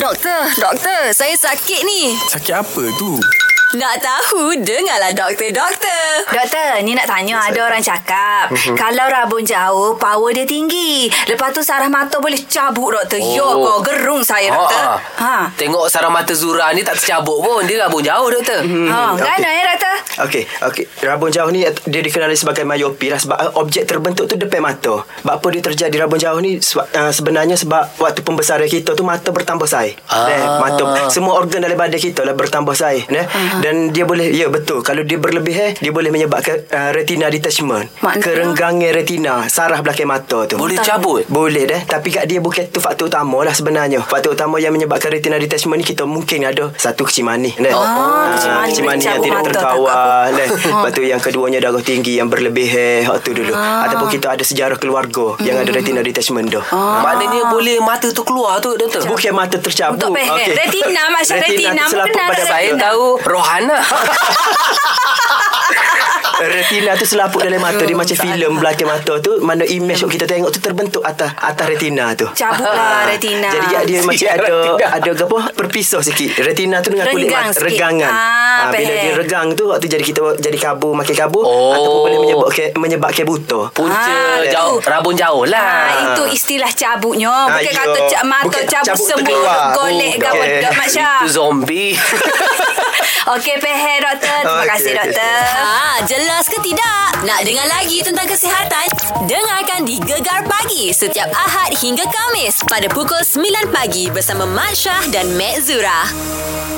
Doktor, doktor, saya sakit ni. Sakit apa tu? Nak tahu, dengarlah doktor, doktor. Doktor, ni nak tanya ada orang cakap uh-huh. kalau rabun jauh, power dia tinggi. Lepas tu saraf mata boleh cabut, doktor. Oh. Yo, Oh. kau gerung saya, doktor. Ah, ah. Ha. Tengok sarang mata Zura ni tak tercabut pun. Dia rabun jauh, doktor. Hmm, ha, okey. kan eh, doktor? Okey, okey. Rabun jauh ni eh, dia dikenali sebagai miopi lah sebab uh, objek terbentuk tu depan mata. Sebab apa dia terjadi rabun jauh ni sebab, uh, sebenarnya sebab waktu pembesaran kita tu mata bertambah saiz. Ah. Dan mata semua organ dalam badan kita lah bertambah saiz, nah. Ah. Dan dia boleh ya betul kalau dia berlebih eh dia boleh menyebabkan uh, retina detachment, Makna? kerenggangan retina, saraf belakang mata tu. Boleh cabut. Boleh dah Tapi kat dia bukan tu faktor utama lah sebenarnya Faktor utama yang menyebabkan retina detachment ni Kita mungkin ada Satu kecil manis dah. Oh, Ah, kecil manis. Kecil manis yang Cabut tidak mata, Ah. terkawal dah. Lepas tu yang keduanya darah tinggi Yang berlebih eh, Hak tu dulu Ah. Ataupun kita ada sejarah keluarga Yang ada retina detachment tu Ah. Maknanya boleh mata tu keluar tu, doktor. Bukan mata tercabut Untuk peher. Retina, Masya, retina. terselaput Benar, pada Saya mata. tahu lah. Rohana. Ha. Retina tu selaput dalam mata Dia macam filem belakang mata tu Mana image yang kita tengok tu Terbentuk atas atas retina tu Ah. Cabutlah retina. Jadi dia, dia macam ada Retina. ada apa berpisah sikit. Retina tu dengan kulit Renggang mata, sikit. regangan. Ah, Ah, bila faham. dia regang tu waktu jadi kita jadi kabur makin kabur Oh. ataupun boleh menyebabkan menyebabkan buta. Punca Ah, tu. jauh. Rabun jauh lah. Ha, itu istilah cabutnya. Ah, Bukan yo. kata cak mata Bukan cabut, cabut sembuh, terkeluar. golek Bukan. kau bodoh, Mak Syah. Itu zombie. Okey, pehe, doktor. Terima Okey, kasih, okey, doktor. Ha, jelas ke tidak? Nak dengar lagi tentang kesihatan? Dengarkan di Gegar Pagi setiap Ahad hingga Kamis pada pukul 9 pagi bersama Mat Syah dan Mat Zura.